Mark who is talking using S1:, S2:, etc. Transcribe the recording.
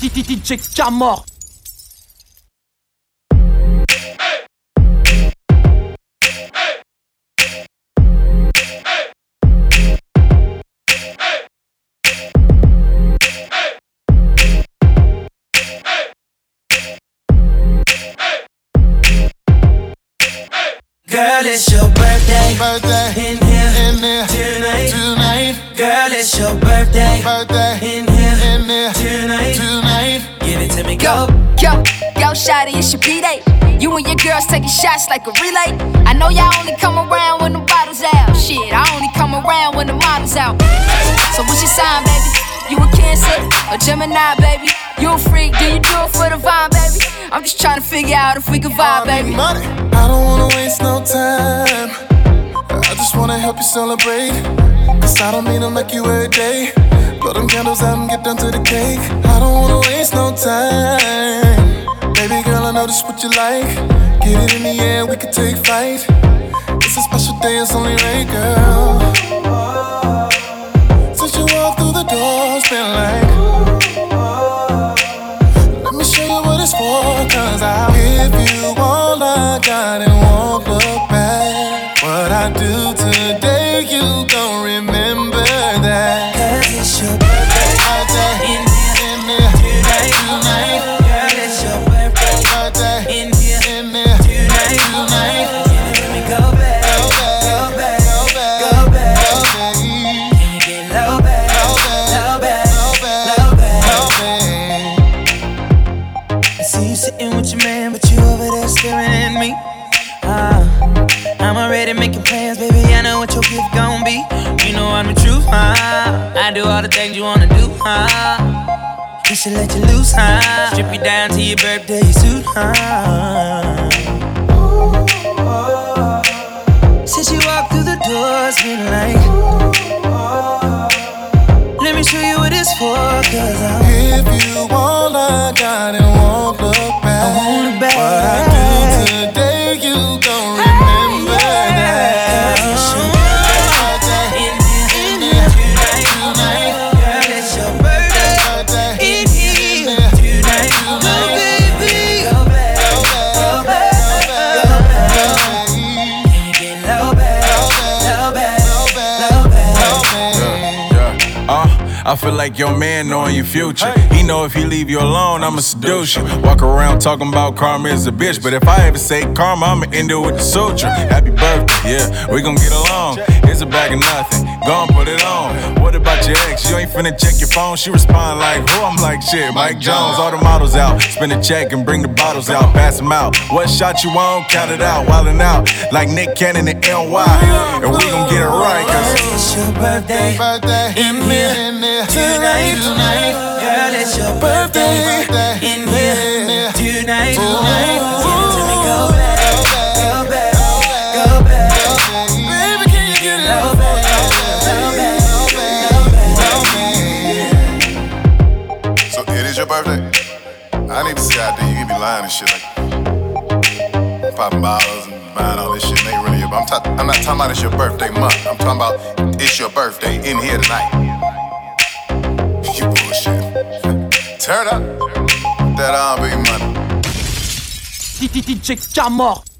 S1: DJ Camor
S2: Girl, it's your birthday.
S3: Birthday
S2: In here
S3: in there
S2: tonight.
S3: tonight.
S2: Girl, it's your birthday.
S3: Birthday
S2: In here
S3: in there
S2: tonight.
S3: tonight.
S2: Give it to me,
S4: Yo,
S2: go.
S4: yo, yo, shawty, it's your B-Day. You and your girls taking shots like a relay. I know y'all only come around when the bottles out. Shit, I only come around when the models out. So what's your sign, baby? You a Cancer, a Gemini, baby. You a freak, do you do it for the vibe, baby? I'm just trying to figure out if we can vibe, baby.
S3: Money. I don't wanna waste no time. I just wanna help you celebrate. Cause I don't mean to make you every day. Blow them candles out and get down to the cake. I don't wanna waste no time. Baby girl, I know this what you like. Get it in the air, we could take flight. It's a special day, it's only right, girl. Since you walked through the door, it's been like. Let me show you what it's for, cause I'll give you all I got and won't look back. What I do today, you gon' remember that.
S2: Girl, it's your birthday.
S3: Birthday,
S2: In here
S3: in there,
S2: tonight. Girl, it's your birthday.
S3: birthday,
S2: In here
S3: in there,
S2: tonight.
S3: tonight.
S2: Give it to me, go back.
S3: Go back,
S2: Go back.
S3: go back,
S2: Go back.
S3: go back.
S2: Can you get low back? Low back. Low back. I see you sitting with your man, but you over there staring at me. Ah, I'm already making plans, baby. I know what your gift gon' be. You know I'm the truth, huh? I do all the things you wanna do, huh? You should let you loose, huh? Strip you down to your birthday suit, huh? Since you walked through the doors, been like, let me show you what it's for, cause I'm.
S3: Give you all I got and won't look back.
S2: won't look back.
S3: What I do today, you gon' remember that. Birthday,
S2: In here, in here tonight, tonight. Girl, it's your birthday.
S3: birthday,
S2: In here tonight, oh baby. Go back, go back, go back.
S3: birthday,
S2: Can you get low back, low back, low back?
S3: birthday.
S5: Yeah. Uh, I feel like your man knowing your future. He know if he leave you alone, I'ma seduce you. Walk around talking about karma is a bitch, but if I ever say karma, I'ma end it with a suture. Happy birthday, yeah, we gon' get along. It's a bag of nothing, go and put it on. What about your ex? You ain't finna check your phone. She respond like, who? I'm like, shit, Mike Jones. All the models out, spin a check and bring the bottles out. Pass them out. What shot you on? Count it out, wildin' out like Nick Cannon and NY. And we gon' get it right, cause.
S2: It's your birthday.
S3: Birthday, in
S2: here,
S3: there,
S2: Tonight,
S3: tonight.
S2: girl, it's your birthday.
S3: Birthday,
S2: In here, tonight, tonight. Give it to me, go back, go back, go back.
S3: Baby, can you get it?
S2: Go back, go back, go back.
S6: So it is your birthday. I need to see out there. You be lying and shit like popping bottles and buying all this shit. Ain't really your. I'm, ta- I'm not talking about it's your birthday month. I'm talking about it's your birthday in here tonight. You bullshit. Turn up. That all big money.
S1: DJ Camor